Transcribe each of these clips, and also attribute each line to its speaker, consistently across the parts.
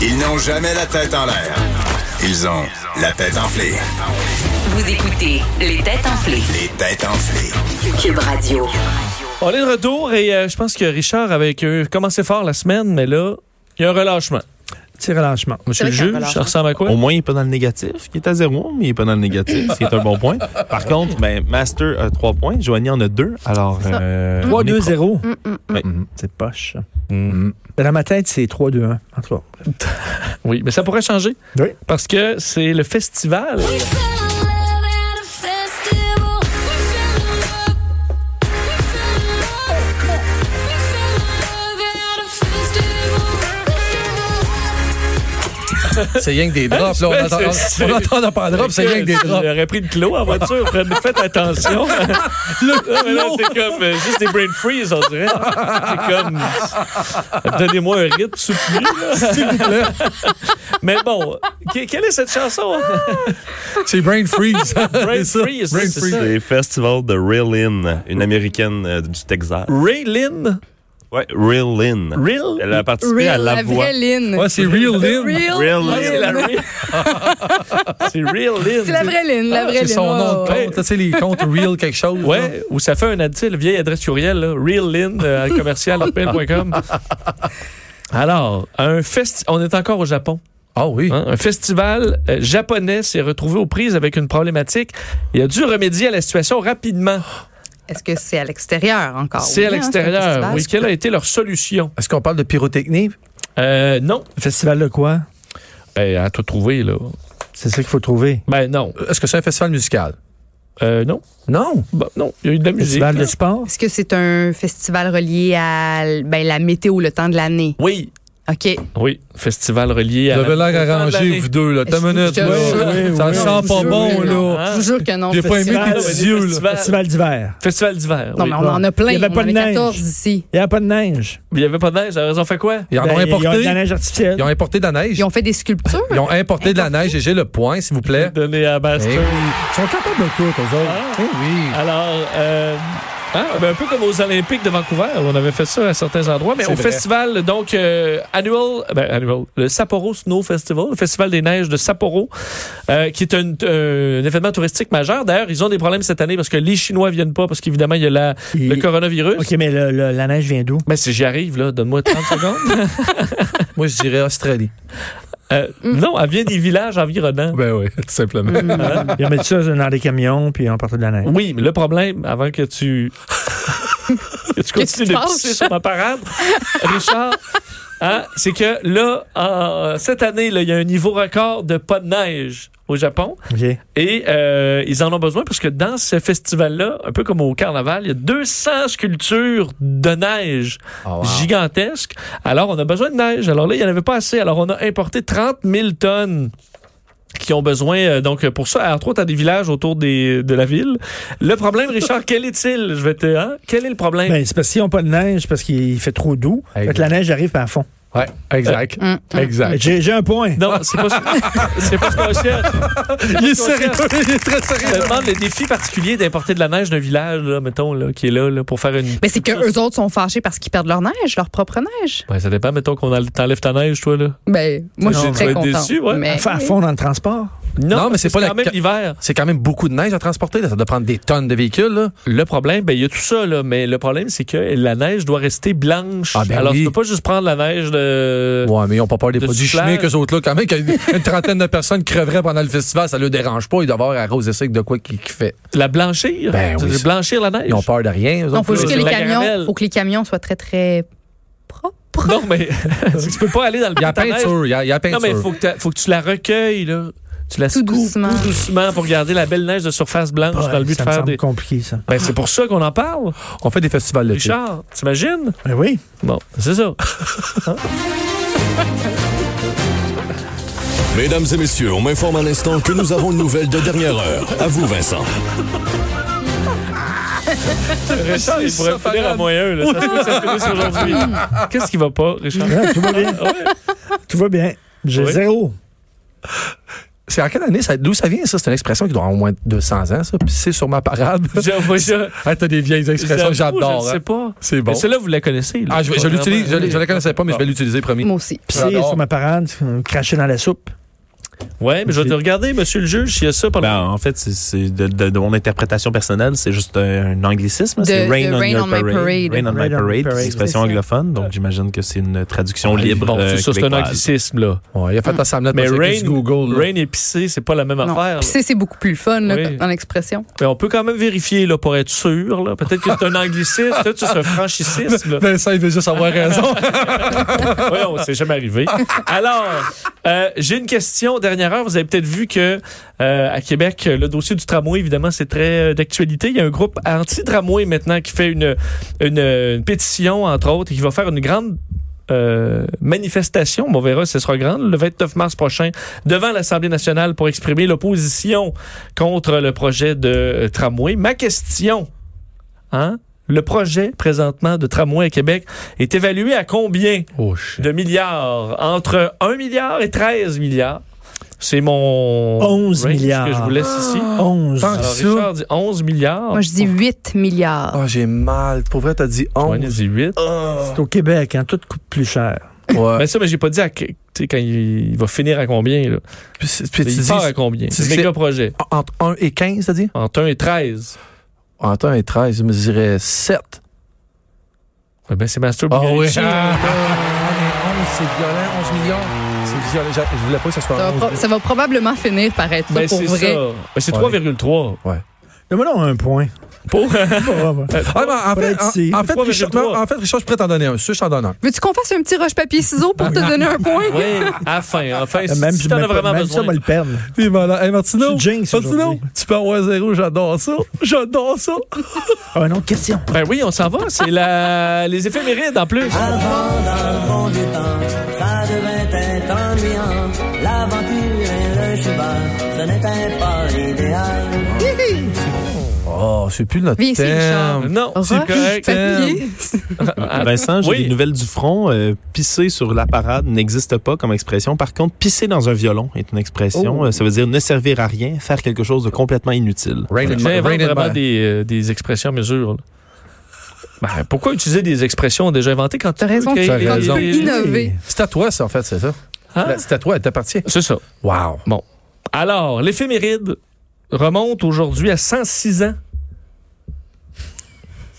Speaker 1: Ils n'ont jamais la tête en l'air. Ils ont la tête enflée.
Speaker 2: Vous écoutez Les Têtes enflées.
Speaker 1: Les têtes enflées.
Speaker 2: Cube Radio.
Speaker 3: On est de retour et euh, je pense que Richard avait euh, commencé fort la semaine, mais là, il y a un relâchement.
Speaker 4: Petit relâchement.
Speaker 3: Monsieur le
Speaker 5: vrai qu'il y a
Speaker 3: juge, ça
Speaker 5: un relâchement.
Speaker 3: ressemble à quoi?
Speaker 6: Au moins, il n'est pas dans le négatif. Il est à zéro, mais il n'est pas dans le négatif. C'est un bon point. Par contre, ben, Master a trois points. Joanie en a deux. Alors,
Speaker 5: C'est ça.
Speaker 6: euh, on est pro- Ben,
Speaker 4: 3-2-0.
Speaker 5: Mm,
Speaker 6: Ouais.
Speaker 4: C'est poche. Dans ma tête, c'est 3-2-1. En tout cas.
Speaker 3: Oui, mais ça pourrait changer.
Speaker 4: Oui.
Speaker 3: Parce que c'est le festival.
Speaker 7: C'est rien que des drops. Là, on entend,
Speaker 3: Ben, C'est-
Speaker 7: on, on entend dans pas de drops, c'est rien que des drops.
Speaker 3: J'aurais pris le clos en voiture. Faites- Faites attention. Non, mais là, c'est comme euh, juste des brain freeze, on dirait. C'est comme. Donnez-moi un rythme soutenu. là. mais bon, que- quelle est cette chanson?
Speaker 7: C'est brain freeze.
Speaker 3: Brain
Speaker 7: C'est ça.
Speaker 3: freeze,
Speaker 7: Brain
Speaker 3: c'est ça.
Speaker 7: freeze.
Speaker 6: C'est Festival de Real In, une américaine euh, du Texas.
Speaker 3: Ray Lynn.
Speaker 6: Ouais, Real In.
Speaker 3: Real?
Speaker 6: Elle a participé à
Speaker 5: Real,
Speaker 6: La
Speaker 5: la
Speaker 6: Voix.
Speaker 5: vraie Lynn.
Speaker 7: Ouais, c'est real Lynn.
Speaker 5: Real
Speaker 6: Real
Speaker 5: Lynn.
Speaker 6: Lynn.
Speaker 3: C'est la Real. C'est Real Lynn.
Speaker 5: C'est la vraie Lynn, la vraie
Speaker 7: C'est
Speaker 5: Lynn.
Speaker 7: son nom de
Speaker 5: ouais, ouais.
Speaker 7: compte. Tu sais, les comptes real quelque chose. là.
Speaker 3: Ouais, ou ça fait un addict, vieille adresse courriel, là, reallin, euh, commercial, appel.com. Alors, un festi on est encore au Japon.
Speaker 7: Ah oui.
Speaker 3: hein. Un festival euh, japonais s'est retrouvé aux prises avec une problématique. Il a dû remédier à la situation rapidement.
Speaker 5: Est-ce que c'est à l'extérieur encore?
Speaker 3: C'est à
Speaker 5: Oui, Ah hein, un
Speaker 3: l'extérieur.
Speaker 5: festival.
Speaker 3: Oui, quelle a été leur solution?
Speaker 7: Est-ce qu'on parle de pyrotechnie?
Speaker 3: Euh, non.
Speaker 4: Festival de quoi?
Speaker 3: Ben, à tout trouver, là.
Speaker 4: C'est ça qu'il faut trouver.
Speaker 3: Ben, non.
Speaker 7: Est-ce que c'est un festival musical?
Speaker 3: Euh, non.
Speaker 7: Non.
Speaker 3: Bon, non. Il y a eu de la musique. hein.
Speaker 4: Festival de sport?
Speaker 5: Est-ce que c'est un festival relié à l- ben, la météo, le temps de l'année?
Speaker 3: Oui.
Speaker 5: OK.
Speaker 3: Oui. Festival relié
Speaker 7: Vous
Speaker 3: à.
Speaker 7: avez
Speaker 3: la-
Speaker 7: l'air arrangé,
Speaker 3: l'année.
Speaker 7: vous deux. Là. T'as
Speaker 5: Je-
Speaker 7: une minute.
Speaker 5: je-
Speaker 7: là.
Speaker 5: je-
Speaker 7: Ça
Speaker 5: je-
Speaker 7: sent
Speaker 5: je-
Speaker 7: pas
Speaker 5: je-
Speaker 7: bon,
Speaker 5: je-
Speaker 7: là.
Speaker 5: Je vous jure que non.
Speaker 7: J'ai pas aimé
Speaker 5: festival.
Speaker 3: Ah,
Speaker 7: tes
Speaker 3: ouais,
Speaker 7: petits yeux, là.
Speaker 3: Festival,
Speaker 4: Festival d'hiver.
Speaker 3: festival d'hiver.
Speaker 5: Non,
Speaker 3: oui.
Speaker 5: mais on en a plein.
Speaker 4: Il y avait
Speaker 5: On
Speaker 4: pas
Speaker 5: en
Speaker 4: de
Speaker 5: a
Speaker 4: neige.
Speaker 5: 14 ici.
Speaker 4: Il n'y a pas de neige.
Speaker 3: Il n'y avait pas de neige. Alors, ils ont fait quoi?
Speaker 7: Ils en
Speaker 4: Ben,
Speaker 7: ont
Speaker 4: il y a de la
Speaker 7: importé.
Speaker 4: neige artificielle.
Speaker 7: Ils ont importé de la neige.
Speaker 5: Ils ont fait des sculptures.
Speaker 7: Ils ont importé de la neige. Et j'ai le point, s'il vous plaît.
Speaker 3: Donné à Master.
Speaker 7: Eh oui.
Speaker 4: Ils sont capables de tout, eux autres.
Speaker 7: Eh oui.
Speaker 3: Alors, euh, hein, ben, un peu comme aux Olympiques de Vancouver, on avait fait ça à certains endroits, mais
Speaker 7: C'est
Speaker 3: au
Speaker 7: vrai.
Speaker 3: festival, donc, euh, annual, ben, annual, le Sapporo Snow Festival, le festival des neiges de Sapporo, euh, qui est un, un événement touristique majeur. D'ailleurs, ils ont des problèmes cette année parce que les Chinois viennent pas, parce qu'évidemment, il y a la-
Speaker 4: Et-
Speaker 3: le coronavirus.
Speaker 4: OK, mais le- le- la neige vient d'où?
Speaker 3: Ben, si j'y arrive, là, donne-moi 30 secondes.
Speaker 7: Moi, je dirais Australie.
Speaker 3: Euh, Non, elle vient des villages environnants.
Speaker 7: Ben oui, tout simplement.
Speaker 4: Ils ont mis ça dans des camions, puis ils ont porté de la neige.
Speaker 3: Oui, mais le problème, avant que tu. que tu
Speaker 5: Qu'est-ce qui
Speaker 3: continues
Speaker 5: se
Speaker 3: de
Speaker 5: passe?
Speaker 3: pisser sur ma parade, Richard, hein, c'est que là, en- cette année, là, il y a un niveau record de pas de neige au Japon.
Speaker 4: OK.
Speaker 3: Et euh, ils en ont besoin parce que dans ce festival-là, un peu comme au carnaval, il y a 200 sculptures de neige
Speaker 7: Oh, wow.
Speaker 3: gigantesques. Alors, on a besoin de neige. Alors là, il n'y en avait pas assez. Alors, on a importé 30 000 tonnes qui ont besoin. euh, donc, pour ça, entre autres, à des villages autour des, de la ville. Le problème, Richard, quel est-il? Je vais te... hein? Quel est le problème?
Speaker 4: Ben, c'est parce qu'ils n'ont pas de neige, parce qu'il fait trop doux.
Speaker 7: Hey,
Speaker 4: Fait que la neige arrive à fond.
Speaker 7: Ouais, exact.
Speaker 5: Mm, mm,
Speaker 7: Exact.
Speaker 4: J'ai j'ai un point.
Speaker 3: Non, c'est pas, c'est pas ce qu'on cherche.
Speaker 7: Il est sérieux, il est très
Speaker 3: Je te
Speaker 7: sérieux.
Speaker 3: demande le défi particulier d'importer de la neige d'un village, là, mettons, là, qui est là, là, pour faire une
Speaker 5: Mais c'est que eux autres sont fâchés parce qu'ils perdent leur neige, leur propre neige.
Speaker 3: Ben, ça dépend, mettons qu'on enlève- t'enlèves ta neige, toi, là.
Speaker 5: Ben, moi, je
Speaker 3: Non,
Speaker 5: suis
Speaker 3: tu
Speaker 5: très
Speaker 3: vas être
Speaker 5: contente.
Speaker 3: déçu, ouais.
Speaker 5: mais-
Speaker 4: Fait à fond dans le transport.
Speaker 7: Non, mais c'est pas la-
Speaker 3: quand même l'hiver.
Speaker 7: C'est quand même beaucoup de neige à transporter. Là. Ça doit prendre des tonnes de véhicules. Là.
Speaker 3: Le problème, ben, il y a tout ça, là, mais le problème, c'est que la neige doit rester blanche.
Speaker 7: Ah, ben
Speaker 3: Alors,
Speaker 7: oui.
Speaker 3: tu peux pas juste prendre la neige de.
Speaker 7: Ouais, mais ils n'ont pas peur des
Speaker 3: Euh, De
Speaker 7: produits
Speaker 3: soufflage.
Speaker 7: chimiques, eux autres. Là. Quand même, qu'il y a une trentaine de personnes creveraient pendant le festival, ça ne le dérange pas. Ils doivent avoir arrosé ça avec de quoi qui fait.
Speaker 3: La blanchir.
Speaker 7: Ben
Speaker 3: Tu veux
Speaker 7: oui.
Speaker 3: dire Blanchir la neige.
Speaker 7: Ils ont peur de rien. eux
Speaker 5: Non,
Speaker 7: autres,
Speaker 5: faut
Speaker 7: là.
Speaker 5: juste que
Speaker 3: C'est
Speaker 5: les
Speaker 3: la
Speaker 5: camions,
Speaker 3: caramel.
Speaker 5: faut que les camions soient très, très propres.
Speaker 3: Non, mais c'est que tu peux pas aller dans le
Speaker 7: Il y a la
Speaker 3: bout de neige.
Speaker 7: peinture. Il y a, il y a la
Speaker 3: Non,
Speaker 7: peinture.
Speaker 3: mais faut que, t'a- faut que tu la recueilles, là. Tu la
Speaker 5: Tout
Speaker 3: secoues
Speaker 5: doucement.
Speaker 3: tout doucement pour garder la belle neige de surface blanche dans le but
Speaker 4: ça
Speaker 3: de
Speaker 4: me
Speaker 3: faire
Speaker 4: semble
Speaker 3: des.
Speaker 4: compliqué, ça.
Speaker 3: Ben, c'est pour ça qu'on en parle.
Speaker 7: On fait des festivals de filles.
Speaker 3: Richard, t'imagines?
Speaker 4: Ben oui.
Speaker 3: Bon, c'est ça.
Speaker 8: Mesdames et messieurs, on m'informe à l'instant que nous avons une nouvelle de dernière heure. À vous, Vincent.
Speaker 3: Richard, il pourrait finir
Speaker 7: ça,
Speaker 3: à
Speaker 7: Farad.
Speaker 3: moyen, là. Ça se peut que ça finisse aujourd'hui. Qu'est-ce qui va pas, Richard?
Speaker 4: Ah, tout va bien. Tout va bien. J'ai
Speaker 3: Oui.
Speaker 4: zéro.
Speaker 7: C'est en quelle année? ça- D'où ça vient, ça? C'est une expression qui doit avoir au moins 200 ans, ça. Puis c'est sur ma parade.
Speaker 3: J'ai- moi, je-
Speaker 7: Ah, t'as des vieilles expressions,
Speaker 3: j'avoue,
Speaker 7: j'adore.
Speaker 3: Je ne
Speaker 7: hein.
Speaker 3: sais pas.
Speaker 7: C'est bon.
Speaker 3: Mais celle-là, vous la connaissez. là.
Speaker 7: Ah, je, vais- je
Speaker 3: Pas
Speaker 7: l'utilise, je,
Speaker 3: vraiment.
Speaker 7: l'ai- je la connaissais pas, mais je vais l'utiliser, promis.
Speaker 5: Moi aussi.
Speaker 4: Pisser
Speaker 7: J'adore.
Speaker 4: sur ma parade, euh, cracher dans la soupe.
Speaker 3: Ouais, mais je vais te regarder, monsieur le juge, s'il y a ça pendant.
Speaker 6: Ben, en fait, c'est- c'est de, de- de mon interprétation personnelle, c'est juste un, un anglicisme.
Speaker 5: De-
Speaker 6: C'est rain,
Speaker 5: de
Speaker 6: on
Speaker 5: Rain
Speaker 6: your
Speaker 5: on my
Speaker 6: parade.
Speaker 5: parade.
Speaker 6: Rain on my
Speaker 4: Rain on my
Speaker 6: parade.
Speaker 4: parade,
Speaker 6: C'est une expression
Speaker 5: c'est ça.
Speaker 6: anglophone, donc j'imagine que c'est une traduction libre.
Speaker 3: Ah, bon,
Speaker 6: euh,
Speaker 3: c'est ça, c'est un
Speaker 6: québécoise.
Speaker 3: anglicisme, là.
Speaker 7: Ouais, il a fait assembler
Speaker 3: Mais
Speaker 7: parce que
Speaker 3: rain,
Speaker 7: sur Google. là.
Speaker 3: rain épicé, c'est pas la même affaire. là.
Speaker 5: Non. Pisser, c'est beaucoup plus le fun là,
Speaker 3: Oui.
Speaker 5: en expression.
Speaker 3: Mais on peut quand même vérifier, là, pour être sûr, là. Peut-être que c'est un anglicisme, peut-être que c'est un franchicisme, là.
Speaker 7: Vincent, il veut juste avoir raison.
Speaker 3: Voyons, c'est jamais arrivé. Alors, euh, j'ai une question. Dernière heure, vous avez peut-être vu que euh, à Québec, le dossier du tramway, évidemment, c'est très euh, d'actualité. Il y a un groupe anti-tramway maintenant qui fait une, une, une pétition, entre autres, et qui va faire une grande euh, manifestation, on verra si ce sera grande, le 29 mars prochain, devant l'Assemblée nationale pour exprimer l'opposition contre le projet de euh, tramway. Ma question, hein, le projet présentement de tramway à Québec est évalué à combien
Speaker 7: Oh, shit.
Speaker 3: de milliards, entre 1 milliard et 13 milliards. C'est mon
Speaker 4: 11
Speaker 3: range
Speaker 4: milliards.
Speaker 3: que je vous laisse ici.
Speaker 4: 11.
Speaker 7: Tant que
Speaker 3: Alors,
Speaker 7: Ah, ça.
Speaker 3: Richard dit 11 milliards.
Speaker 5: Moi, je dis 8 milliards.
Speaker 7: Ah, j'ai mal. Pour vrai, t'as dit
Speaker 3: Joanne
Speaker 7: 11.
Speaker 3: dit 8.
Speaker 4: C'est au Québec, hein, tout coûte plus cher.
Speaker 7: Ouais.
Speaker 3: Mais Ben, ça, mais j'ai pas dit à que- tu sais, quand il, il va finir à combien. Là.
Speaker 7: Puis, c'est- puis tu
Speaker 3: il
Speaker 7: dis
Speaker 3: part à combien.
Speaker 7: tu
Speaker 3: C'est
Speaker 7: dis que
Speaker 3: méga
Speaker 7: c'est-
Speaker 3: projet.
Speaker 7: entre 1 et 15, t'as dit?
Speaker 3: Entre 1 et 13.
Speaker 7: Entre 1 et 13, je me dirais 7.
Speaker 3: Ouais, ben, c'est Master
Speaker 7: Ah oui.
Speaker 3: Bugarici.
Speaker 7: c'est violent, 11 millions. C'est violent. J'a- Je voulais pas que ce soit
Speaker 5: Ça va,
Speaker 7: 11
Speaker 5: pro- ça va probablement finir par être ça
Speaker 3: Ben,
Speaker 5: pour
Speaker 3: c'est
Speaker 5: vrai.
Speaker 3: ça. Ben, c'est
Speaker 7: Ouais.
Speaker 3: 3,3.
Speaker 4: Donne-moi donc un point.
Speaker 3: Pour-
Speaker 4: Pas vrai, pas.
Speaker 7: Ah, ben, en,
Speaker 4: Faut être
Speaker 7: fait,
Speaker 4: ici.
Speaker 7: en, en fait,
Speaker 3: Trois
Speaker 7: Richard,
Speaker 3: virgule trois.
Speaker 7: en fait, Richard, je pourrais t'en donner un. Ça, je t'en donne un.
Speaker 5: Veux-tu qu'on fasse un petit roche-papier-ciseau pour te donner un point?
Speaker 3: oui, à la fin. Enfin, si,
Speaker 4: Même,
Speaker 3: si
Speaker 4: si
Speaker 3: t'en as vraiment
Speaker 4: même
Speaker 3: besoin.
Speaker 4: ça, on va le perdre.
Speaker 7: T'es malade. Hey, Martino,
Speaker 4: Je suis jinx
Speaker 7: Martino,
Speaker 4: aujourd'hui.
Speaker 7: tu peux avoir zéro. J'adore ça. J'adore ça.
Speaker 4: Ah, une autre question.
Speaker 3: ben oui, on s'en va. C'est la... les éphémérides en plus.
Speaker 7: Ah,
Speaker 9: Avant dans le bon du temps, ça devait être ennuyant. L'aventure et le cheval, ce n'était pas l'idéal.
Speaker 7: Oh, c'est plus notre
Speaker 5: Viens ici,
Speaker 7: thème.
Speaker 5: Richard.
Speaker 3: Non, c'est correct.
Speaker 5: Roche-papier.
Speaker 6: Vincent, j'ai
Speaker 3: Oui.
Speaker 6: des nouvelles du front. Euh, pisser sur la parade n'existe pas comme expression. Par contre, pisser dans un violon est une
Speaker 7: Oh.
Speaker 6: expression. Euh, ça veut dire ne servir à rien, faire quelque chose de complètement inutile.
Speaker 7: Rain and-
Speaker 3: J'invente
Speaker 7: Rain and
Speaker 3: vraiment
Speaker 7: Man.
Speaker 3: des, euh, des expressions à mesure. là. Ben, pourquoi utiliser des expressions déjà inventées quand tu
Speaker 5: T'as raison,
Speaker 3: peux
Speaker 5: tu
Speaker 3: créer
Speaker 7: t'as
Speaker 3: des-
Speaker 7: raison.
Speaker 3: des-
Speaker 5: Innover.
Speaker 7: C'est à toi, ça, en fait, c'est ça.
Speaker 3: Hein?
Speaker 7: La- C'est à toi, elle t'appartient.
Speaker 3: C'est ça.
Speaker 7: Wow.
Speaker 3: Bon. Alors, l'éphéméride remonte aujourd'hui à 106 ans.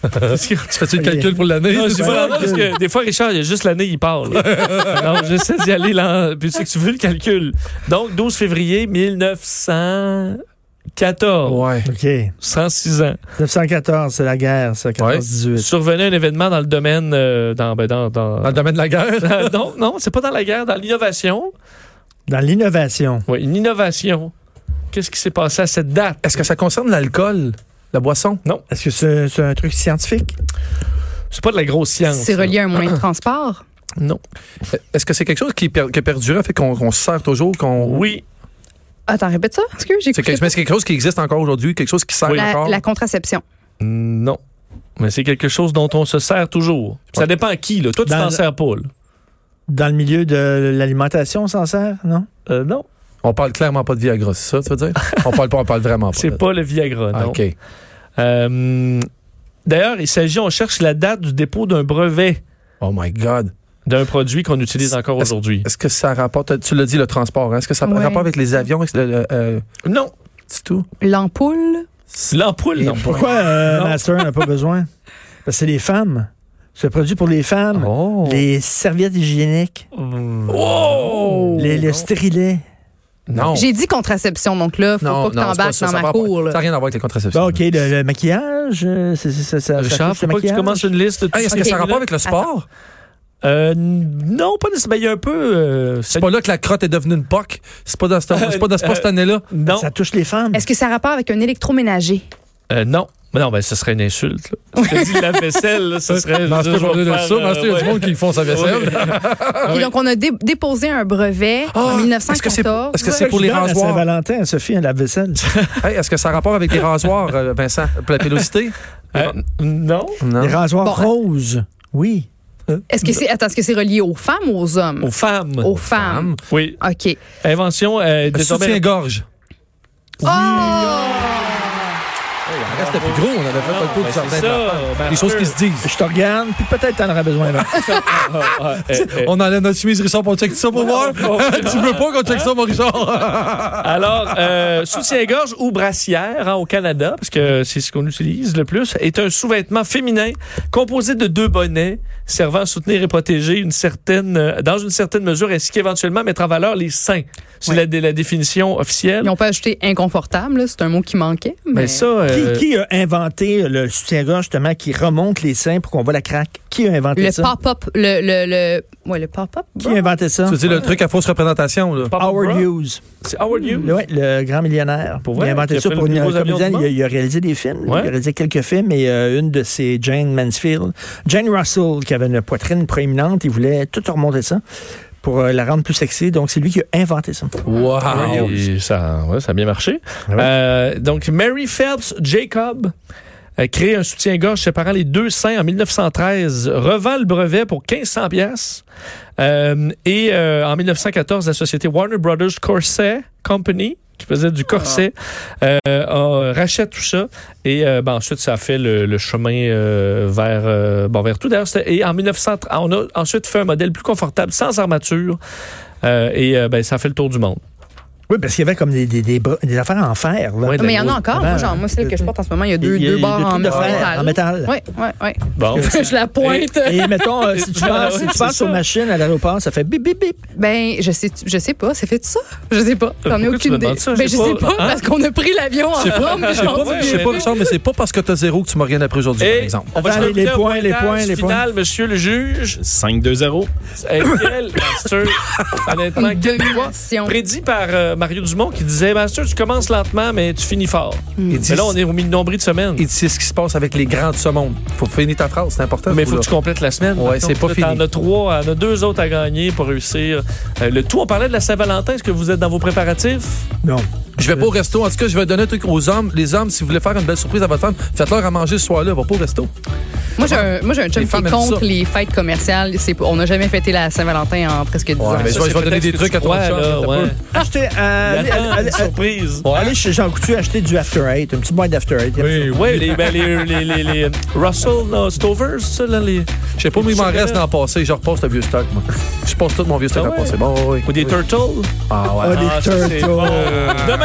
Speaker 7: tu fais-tu le calcul pour l'année?
Speaker 3: Non, je dis
Speaker 7: C'est
Speaker 3: pas la
Speaker 7: ça?
Speaker 3: date, parce que des fois, Richard, il y a juste l'année, il parle. non, j'essaie d'y aller là. Puis tu sais que tu veux le calcul. Donc, 12 février 1914.
Speaker 7: Ouais.
Speaker 4: OK.
Speaker 3: 106 ans.
Speaker 4: 914, c'est la guerre, ça, 14-18.
Speaker 3: Survenait un événement dans le domaine. euh, dans, ben, dans, dans-
Speaker 7: Dans le domaine de la guerre.
Speaker 3: Euh, non, non, c'est pas dans la guerre, dans l'innovation.
Speaker 4: Dans l'innovation.
Speaker 3: Oui, une innovation. Qu'est-ce qui s'est passé à cette date?
Speaker 7: Est-ce que ça concerne l'alcool, la boisson?
Speaker 4: Est-ce que c'est c'est un truc scientifique?
Speaker 3: C'est pas de la grosse science.
Speaker 5: C'est
Speaker 3: là.
Speaker 5: relié à un moyen de transport.
Speaker 3: Non.
Speaker 7: Est-ce que c'est quelque chose qui, per- qui perdure, fait qu'on qu'on se sert toujours, qu'on.
Speaker 3: Oui.
Speaker 5: Attends, répète ça. Est-ce que j'ai
Speaker 7: C'est quelque, mais c'est quelque chose qui existe encore aujourd'hui, quelque chose qui sert
Speaker 5: la,
Speaker 7: encore.
Speaker 5: la contraception.
Speaker 3: Non. Mais c'est quelque chose dont on se sert toujours. Ça dépend à qui, là. Toi, tu
Speaker 4: Dans
Speaker 3: t'en
Speaker 4: le-
Speaker 3: sers pas, là.
Speaker 4: Dans le milieu de l'alimentation, on s'en sert, non?
Speaker 3: Euh, non.
Speaker 7: On parle clairement pas de Viagra, c'est ça, tu veux dire? on parle pas, on parle vraiment pas.
Speaker 3: C'est pas le Viagra,
Speaker 7: Ah,
Speaker 3: non.
Speaker 7: OK.
Speaker 3: Euh, D'ailleurs, il s'agit, on cherche la date du dépôt d'un brevet
Speaker 7: Oh my God.
Speaker 3: d'un produit qu'on utilise encore
Speaker 7: Est-ce-
Speaker 3: aujourd'hui.
Speaker 7: Est-ce que ça rapporte. Tu l'as dit, le transport, hein? Est-ce que ça a
Speaker 5: Ouais.
Speaker 7: rapport avec les avions? avec le- le- euh,
Speaker 3: Non.
Speaker 7: C'est tout?
Speaker 5: L'ampoule.
Speaker 3: L'ampoule, non.
Speaker 4: Pourquoi euh,
Speaker 3: Non.
Speaker 4: Master n'a pas besoin? Parce que c'est les femmes. C'est produit pour les
Speaker 3: Ah
Speaker 4: femmes.
Speaker 7: Oh.
Speaker 4: Les serviettes hygiéniques. les, le stérilet.
Speaker 7: Non.
Speaker 5: J'ai dit contraception, donc là, faut
Speaker 7: Non,
Speaker 5: pas que
Speaker 7: non, c'est
Speaker 5: t'embarques
Speaker 7: ça,
Speaker 5: dans
Speaker 7: ça
Speaker 5: ma
Speaker 7: a rapport-
Speaker 5: cour.
Speaker 7: Ça n'a
Speaker 5: là.
Speaker 7: rien à voir avec les contraceptions.
Speaker 4: Bon,
Speaker 3: Bah,
Speaker 4: OK, le, le maquillage, euh, c'est ça. ça, ça
Speaker 3: Richard,
Speaker 4: touche
Speaker 3: faut pas que tu
Speaker 4: le maquillage?
Speaker 3: commences une liste de tout
Speaker 7: Hey, Est-ce
Speaker 3: ça.
Speaker 7: que ça Ah,
Speaker 5: Ok,
Speaker 7: a rapport
Speaker 5: là,
Speaker 7: avec le sport?
Speaker 3: Euh, non, pas nécessairement. Il y a un peu. euh,
Speaker 7: C'est pas là que la crotte est devenue une poque. C'est pas dans, cette- c'est pas dans- c'est pas cette
Speaker 3: Euh,
Speaker 7: année-là.
Speaker 3: Non.
Speaker 4: Ça touche les femmes.
Speaker 5: Est-ce que ça a rapport avec un électroménager?
Speaker 3: Euh, non. Mais non, ben, ce serait une insulte. Là. Si je te dis la vaisselle, là, ce serait.
Speaker 7: Master,
Speaker 3: je vais
Speaker 7: aujourd'hui, de
Speaker 3: faire,
Speaker 7: ça,
Speaker 3: euh,
Speaker 7: Master, il y a du
Speaker 3: ouais.
Speaker 7: monde qui font sa vaisselle.
Speaker 5: Et donc, on a dé- déposé un brevet en
Speaker 7: Ah,
Speaker 5: 1914.
Speaker 7: est-ce que c'est pour- est-ce que c'est
Speaker 4: C'est
Speaker 7: pour les rasoirs?
Speaker 4: Saint-Valentin, Sophie, à la vaisselle.
Speaker 7: Hey, Est-ce que ça a rapport avec les rasoirs, euh, Vincent? Pour la pilosité?
Speaker 3: Euh, non.
Speaker 7: Non.
Speaker 4: Les rasoirs
Speaker 5: Bon,
Speaker 4: roses. Oui.
Speaker 5: Est-ce que c'est attends, est-ce que c'est relié aux femmes ou aux hommes?
Speaker 3: Aux femmes.
Speaker 7: Oh.
Speaker 5: Aux femmes.
Speaker 3: Oui.
Speaker 5: OK.
Speaker 3: Invention euh, désormais.
Speaker 7: Soutien-gorge.
Speaker 5: Oh!
Speaker 7: Ah, C'était plus gros, on avait fait un peu de
Speaker 3: Ben,
Speaker 7: jardin.
Speaker 3: c'est
Speaker 7: de
Speaker 3: ça.
Speaker 7: l'enfant.
Speaker 3: ben,
Speaker 7: Des choses qui
Speaker 3: Arthur.
Speaker 7: se disent.
Speaker 4: Je te regarde, puis peut-être t'en auras besoin avant.
Speaker 3: Ah, ah, eh, eh.
Speaker 7: On enlève notre chemise, Richard, pour check ça pour voir. tu veux pas qu'on check ça, mon Richard?
Speaker 3: Alors, euh, soutien-gorge ou brassière hein, au Canada, parce que c'est ce qu'on utilise le plus, est un sous-vêtement féminin composé de deux bonnets servant à soutenir et protéger une certaine, euh, dans une certaine mesure, ainsi qu'éventuellement mettre en valeur les seins. C'est la, la définition officielle.
Speaker 5: Ils n'ont pas ajouté inconfortable, là, c'est un mot qui manquait.
Speaker 3: Mais
Speaker 5: Mais
Speaker 3: ça, euh,
Speaker 4: Qui, qui a inventé le soutien-gorge, justement, qui remonte les seins pour qu'on voit la craque? Qui a inventé
Speaker 5: Le
Speaker 4: ça?
Speaker 5: pop-up, le, le, le, ouais, le pop-up.
Speaker 4: Qui a inventé ça?
Speaker 7: Tu dis le truc à fausse représentation, là.
Speaker 3: Papa
Speaker 4: Howard
Speaker 3: Brown,
Speaker 4: Hughes.
Speaker 3: c'est Howard Hughes.
Speaker 4: Le, ouais, le grand millionnaire.
Speaker 3: Pour vrai,
Speaker 4: il a
Speaker 3: qui
Speaker 4: inventé
Speaker 3: a
Speaker 4: ça
Speaker 3: fait
Speaker 4: pour
Speaker 3: le
Speaker 4: une
Speaker 3: plus gros avion
Speaker 4: comédienne.
Speaker 3: du
Speaker 4: Il, a-
Speaker 3: monde.
Speaker 4: il a réalisé des films. là.
Speaker 3: Ouais.
Speaker 4: Il a réalisé quelques films et euh, une de c'est Jane Mansfield. Jane Russell, qui avait une poitrine proéminente, il voulait tout remonter ça pour euh, la rendre plus sexy. Donc, c'est lui qui a inventé ça.
Speaker 7: Wow.
Speaker 3: Et Ah, ça, ouais, ça a bien marché.
Speaker 4: Ah ouais.
Speaker 3: Euh, donc, Mary Phelps Jacob a créé un soutien-gorge séparant les deux seins en 1913, revend le brevet pour 1500 pièces. et euh, en 1914, la société Warner Brothers Corset Company qui faisait du corset, euh, a- rachète tout ça et euh, ben, ensuite ça a fait le, le chemin euh, vers euh, bon vers tout d'ailleurs c'était- et en 1930 on a ensuite fait un modèle plus confortable sans armature euh, et euh, ben, ça a fait le tour du monde.
Speaker 4: Oui, parce qu'il y avait comme des, des, des bras- des affaires en fer. là.
Speaker 3: Ouais, de la
Speaker 5: Mais il y en
Speaker 3: grosse-
Speaker 5: a encore.
Speaker 4: Ah.
Speaker 5: Moi, genre, moi, celle que je porte en ce moment, il y a deux,
Speaker 4: Il y a
Speaker 5: deux
Speaker 4: des
Speaker 5: barres en
Speaker 4: trucs de fer,
Speaker 5: métal.
Speaker 4: en métal.
Speaker 5: Oui, oui, oui.
Speaker 3: Bon.
Speaker 5: je la pointe.
Speaker 4: Et mettons, euh, si tu
Speaker 3: Ah
Speaker 4: passes,
Speaker 3: ouais,
Speaker 4: si tu
Speaker 3: c'est
Speaker 4: passes
Speaker 3: ça.
Speaker 4: aux machines à l'aéroport, ça fait bip, bip, bip.
Speaker 5: Ben, je sais, je sais pas. C'est fait de ça? Je sais pas. J'en ai
Speaker 3: Pourquoi tu
Speaker 5: aucune
Speaker 3: me
Speaker 5: idée.
Speaker 3: demandes ça?
Speaker 5: ben,
Speaker 3: J'ai
Speaker 5: je sais
Speaker 3: pas-
Speaker 5: pas,
Speaker 3: Hein?
Speaker 5: parce qu'on a pris l'avion en Rome.
Speaker 7: Je sais pas,
Speaker 3: Ouais,
Speaker 7: je sais pas,
Speaker 3: mais-
Speaker 7: Richard, mais c'est pas parce que t'as zéro que tu m'as rien appris aujourd'hui, par
Speaker 3: Et
Speaker 7: exemple.
Speaker 3: on va
Speaker 4: Attends,
Speaker 3: se
Speaker 4: les- les
Speaker 3: terminer au
Speaker 4: points, les
Speaker 3: pointage
Speaker 4: points, les
Speaker 3: final, monsieur le juge.
Speaker 6: 5-2-0.
Speaker 3: Euh, Quel master, honnêtement,
Speaker 5: Une
Speaker 3: quel choix?
Speaker 5: domination.
Speaker 3: Prédit par euh, Mario Dumont qui disait Master, tu commences lentement, mais tu finis fort.
Speaker 7: Il dit,
Speaker 3: Mais là, on est au milieu de nombril de semaine.
Speaker 7: il dit, c'est ce qui se passe avec les grands de ce monde. Faut finir ta phrase, c'est important.
Speaker 3: Mais il faut
Speaker 7: ce
Speaker 3: que
Speaker 7: coup-là.
Speaker 3: tu complètes la semaine.
Speaker 7: Ouais,
Speaker 3: Par
Speaker 7: c'est
Speaker 3: contre,
Speaker 7: pas
Speaker 3: là,
Speaker 7: fini.
Speaker 3: T'en as trois, en as deux autres à gagner pour réussir. Euh, le tout, on parlait de la Saint-Valentin. Est-ce que vous êtes dans vos préparatifs?
Speaker 4: Non.
Speaker 7: Je vais pas au resto. En tout cas, je vais donner un truc aux hommes. Les hommes, si vous voulez faire une belle surprise à votre femme, faites-leur à manger ce soir-là. Va pas au resto.
Speaker 5: Moi, j'ai un, moi, j'ai un chum
Speaker 7: Les
Speaker 5: qui
Speaker 7: femmes
Speaker 5: est
Speaker 7: aiment
Speaker 5: contre
Speaker 7: ça.
Speaker 5: les fêtes commerciales. C'est- on n'a jamais fêté la Saint-Valentin en presque 10 ans.
Speaker 7: mais je
Speaker 3: Ça,
Speaker 7: vais-
Speaker 3: c'est
Speaker 7: je vais donner
Speaker 3: peut-être
Speaker 7: des
Speaker 3: ce que
Speaker 7: trucs
Speaker 3: tu
Speaker 7: à ton
Speaker 3: crois,
Speaker 7: chum,
Speaker 3: là,
Speaker 7: attends
Speaker 3: ouais.
Speaker 7: un peu.
Speaker 4: Acheter,
Speaker 3: Il
Speaker 4: euh, allez,
Speaker 3: attend
Speaker 4: allez,
Speaker 3: une
Speaker 4: allez,
Speaker 3: surprise.
Speaker 4: allez chez Jean Coutu acheter du After Eight, une petite boîte d'After Eight.
Speaker 3: Oui, les, ben, les, les, les, les Russell là, Stovers, ça, là, les,
Speaker 7: Je sais pas, mais il m'en
Speaker 3: Chocolat.
Speaker 7: reste d'en passer. Je repasse le vieux stock, moi. Je passe tout mon vieux stock
Speaker 3: Ah
Speaker 7: à
Speaker 3: ouais?
Speaker 7: passer. Bon, oui.
Speaker 3: ou des
Speaker 7: Oui.
Speaker 3: Turtles.
Speaker 7: Ah, ouais.
Speaker 4: Ah, des
Speaker 3: ça, c'est
Speaker 4: turtles.
Speaker 3: bon. Demain,